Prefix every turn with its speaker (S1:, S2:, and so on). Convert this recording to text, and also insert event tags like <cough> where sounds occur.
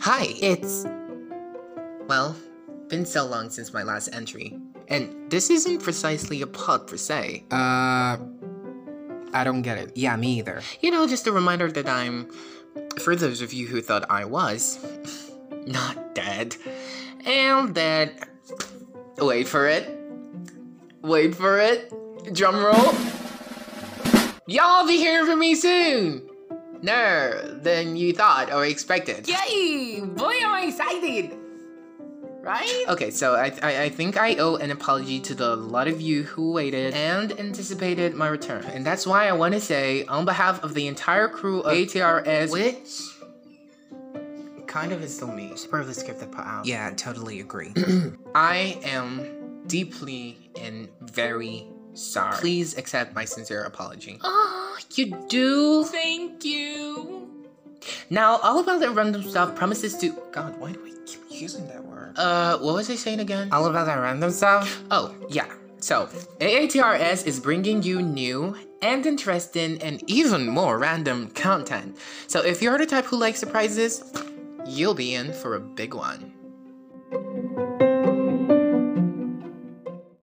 S1: Hi!
S2: It's.
S1: Well, been so long since my last entry. And this isn't precisely a pod per se.
S2: Uh. I don't get it. Yeah, me either.
S1: You know, just a reminder that I'm, for those of you who thought I was, not dead. And that. Wait for it. Wait for it. Drum roll. Y'all be hearing from me soon! No, than you thought or expected.
S2: Yay! Boy, I'm excited! Right?
S1: Okay, so I, I, I think I owe an apology to the lot of you who waited and anticipated my return. And that's why I want to say, on behalf of the entire crew of ATRS, which kind of is still me, it's part of the script that put out.
S2: Yeah, totally agree.
S1: <clears throat> I am deeply and very sorry. Please accept my sincere <gasps> apology.
S2: oh,
S1: You do?
S2: thank you.
S1: Now, all about that random stuff promises to. God, why do I keep.
S2: Using that word.
S1: Uh, what was I saying again?
S2: All about that random stuff?
S1: Oh, yeah. So, AATRS is bringing you new and interesting and even more random content. So, if you're the type who likes surprises, you'll be in for a big one.